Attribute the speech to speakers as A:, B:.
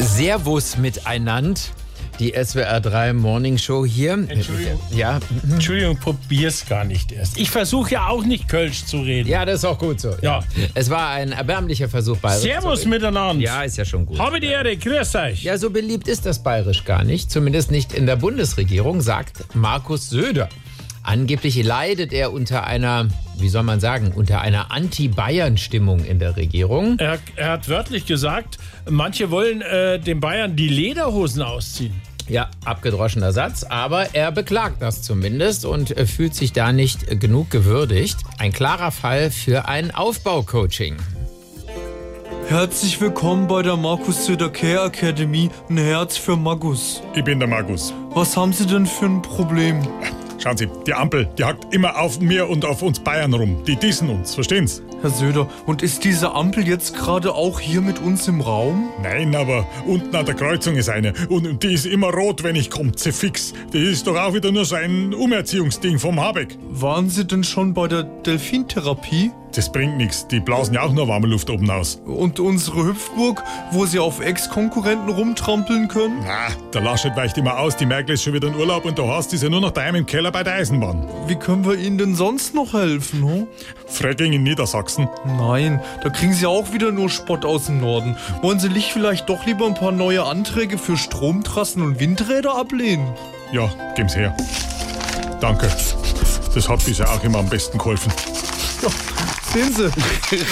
A: Servus miteinander. Die SWR 3 Morning Show hier.
B: Entschuldigung.
A: Ja,
B: Entschuldigung, probier's gar nicht erst. Ich versuche ja auch nicht Kölsch zu reden.
A: ja, das ist auch gut so.
B: Ja.
A: Es war ein erbärmlicher Versuch bei
B: Servus miteinander.
A: Ja, ist ja schon gut.
B: Habe die Ehre, grüß euch.
A: Ja, so beliebt ist das Bayerisch gar nicht. Zumindest nicht in der Bundesregierung, sagt Markus Söder. Angeblich leidet er unter einer, wie soll man sagen, unter einer Anti-Bayern-Stimmung in der Regierung.
B: Er, er hat wörtlich gesagt, manche wollen äh, den Bayern die Lederhosen ausziehen.
A: Ja, abgedroschener Satz, aber er beklagt das zumindest und äh, fühlt sich da nicht äh, genug gewürdigt. Ein klarer Fall für ein Aufbaucoaching.
C: Herzlich willkommen bei der Markus Söder Care Academy, ein Herz für Magus.
D: Ich bin der Markus.
C: Was haben Sie denn für ein Problem?
D: Schauen Sie, die Ampel, die hackt immer auf mir und auf uns Bayern rum. Die dissen uns, verstehen's?
C: Herr Söder, und ist diese Ampel jetzt gerade auch hier mit uns im Raum?
D: Nein, aber unten an der Kreuzung ist eine. Und die ist immer rot, wenn ich komme. Zefix. Die ist doch auch wieder nur so ein Umerziehungsding vom Habeck.
C: Waren Sie denn schon bei der Delfintherapie?
D: Das bringt nichts. Die blasen ja auch nur warme Luft oben aus.
C: Und unsere Hüpfburg, wo Sie auf Ex-Konkurrenten rumtrampeln können?
D: Na, der Laschet weicht immer aus. Die Merkel ist schon wieder in Urlaub und der Horst ist ja nur noch daheim im Keller bei der Eisenbahn.
C: Wie können wir Ihnen denn sonst noch helfen, hm?
D: Fracking in Niedersachsen.
C: Nein, da kriegen Sie auch wieder nur Spott aus dem Norden. Wollen Sie nicht vielleicht doch lieber ein paar neue Anträge für Stromtrassen und Windräder ablehnen?
D: Ja, geben's her. Danke. Das hat bisher auch immer am besten geholfen.
C: Sehen Sie.